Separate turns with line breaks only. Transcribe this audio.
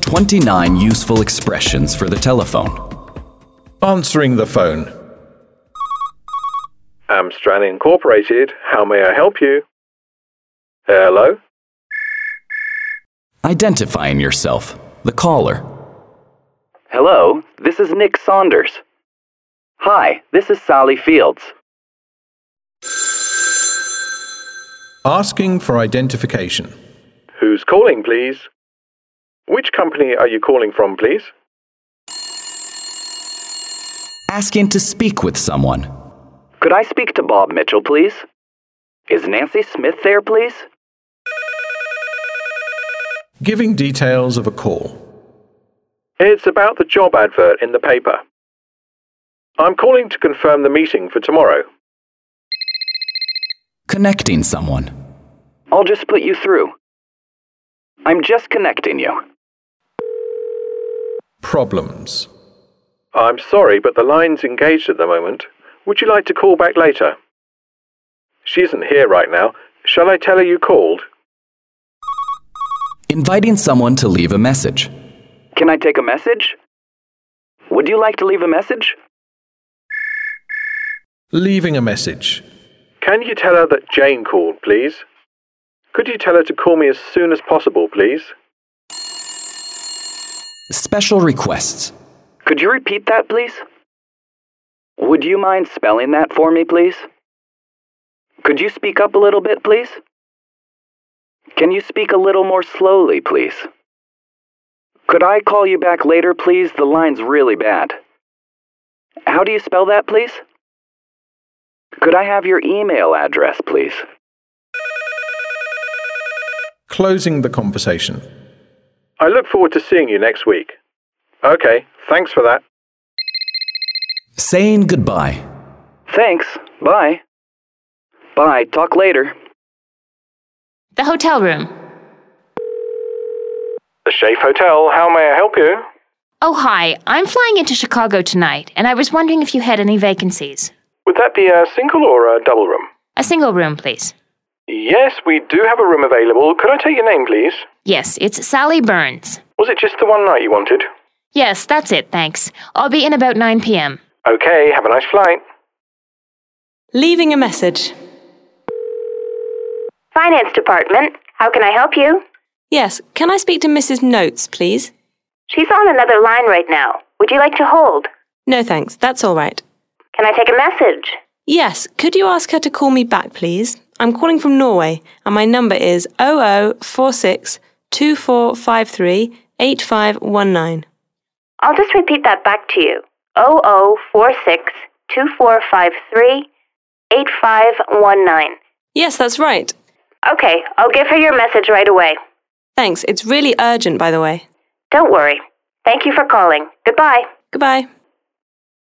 29 useful expressions for the telephone.
Answering the phone.
Amstran Incorporated, how may I help you? Hello?
Identifying yourself, the caller.
Hello, this is Nick Saunders. Hi, this is Sally Fields.
Asking for identification.
Who's calling, please? Which company are you calling from, please?
Asking to speak with someone.
Could I speak to Bob Mitchell, please? Is Nancy Smith there, please?
Giving details of a call.
It's about the job advert in the paper. I'm calling to confirm the meeting for tomorrow.
Connecting someone.
I'll just put you through. I'm just connecting you.
Problems.
I'm sorry, but the line's engaged at the moment. Would you like to call back later? She isn't here right now. Shall I tell her you called?
Inviting someone to leave a message.
Can I take a message? Would you like to leave a message?
Leaving a message.
Can you tell her that Jane called, please? Could you tell her to call me as soon as possible, please?
Special requests.
Could you repeat that, please? Would you mind spelling that for me, please? Could you speak up a little bit, please? Can you speak a little more slowly, please? Could I call you back later, please? The line's really bad. How do you spell that, please? Could I have your email address, please?
Closing the conversation.
I look forward to seeing you next week. Okay, thanks for that.
Saying goodbye.
Thanks. Bye. Bye. Talk later.
The hotel room.
The Shafe Hotel, how may I help you?
Oh, hi. I'm flying into Chicago tonight, and I was wondering if you had any vacancies.
Would that be a single or a double room?
A single room, please.
Yes, we do have a room available. Could I take your name, please?
Yes, it's Sally Burns.
Was it just the one night you wanted?
Yes, that's it, thanks. I'll be in about 9 p.m.
Okay, have a nice flight.
Leaving a message.
Finance department, how can I help you?
Yes, can I speak to Mrs. Notes, please?
She's on another line right now. Would you like to hold?
No, thanks. That's all right.
Can I take a message?
Yes, could you ask her to call me back, please? I'm calling from Norway, and my number is 0046 2453 8519.
I'll just repeat that back to you. 0046 2453 8519.
Yes, that's right.
Okay, I'll give her your message right away.
Thanks. It's really urgent, by the way.
Don't worry. Thank you for calling. Goodbye.
Goodbye.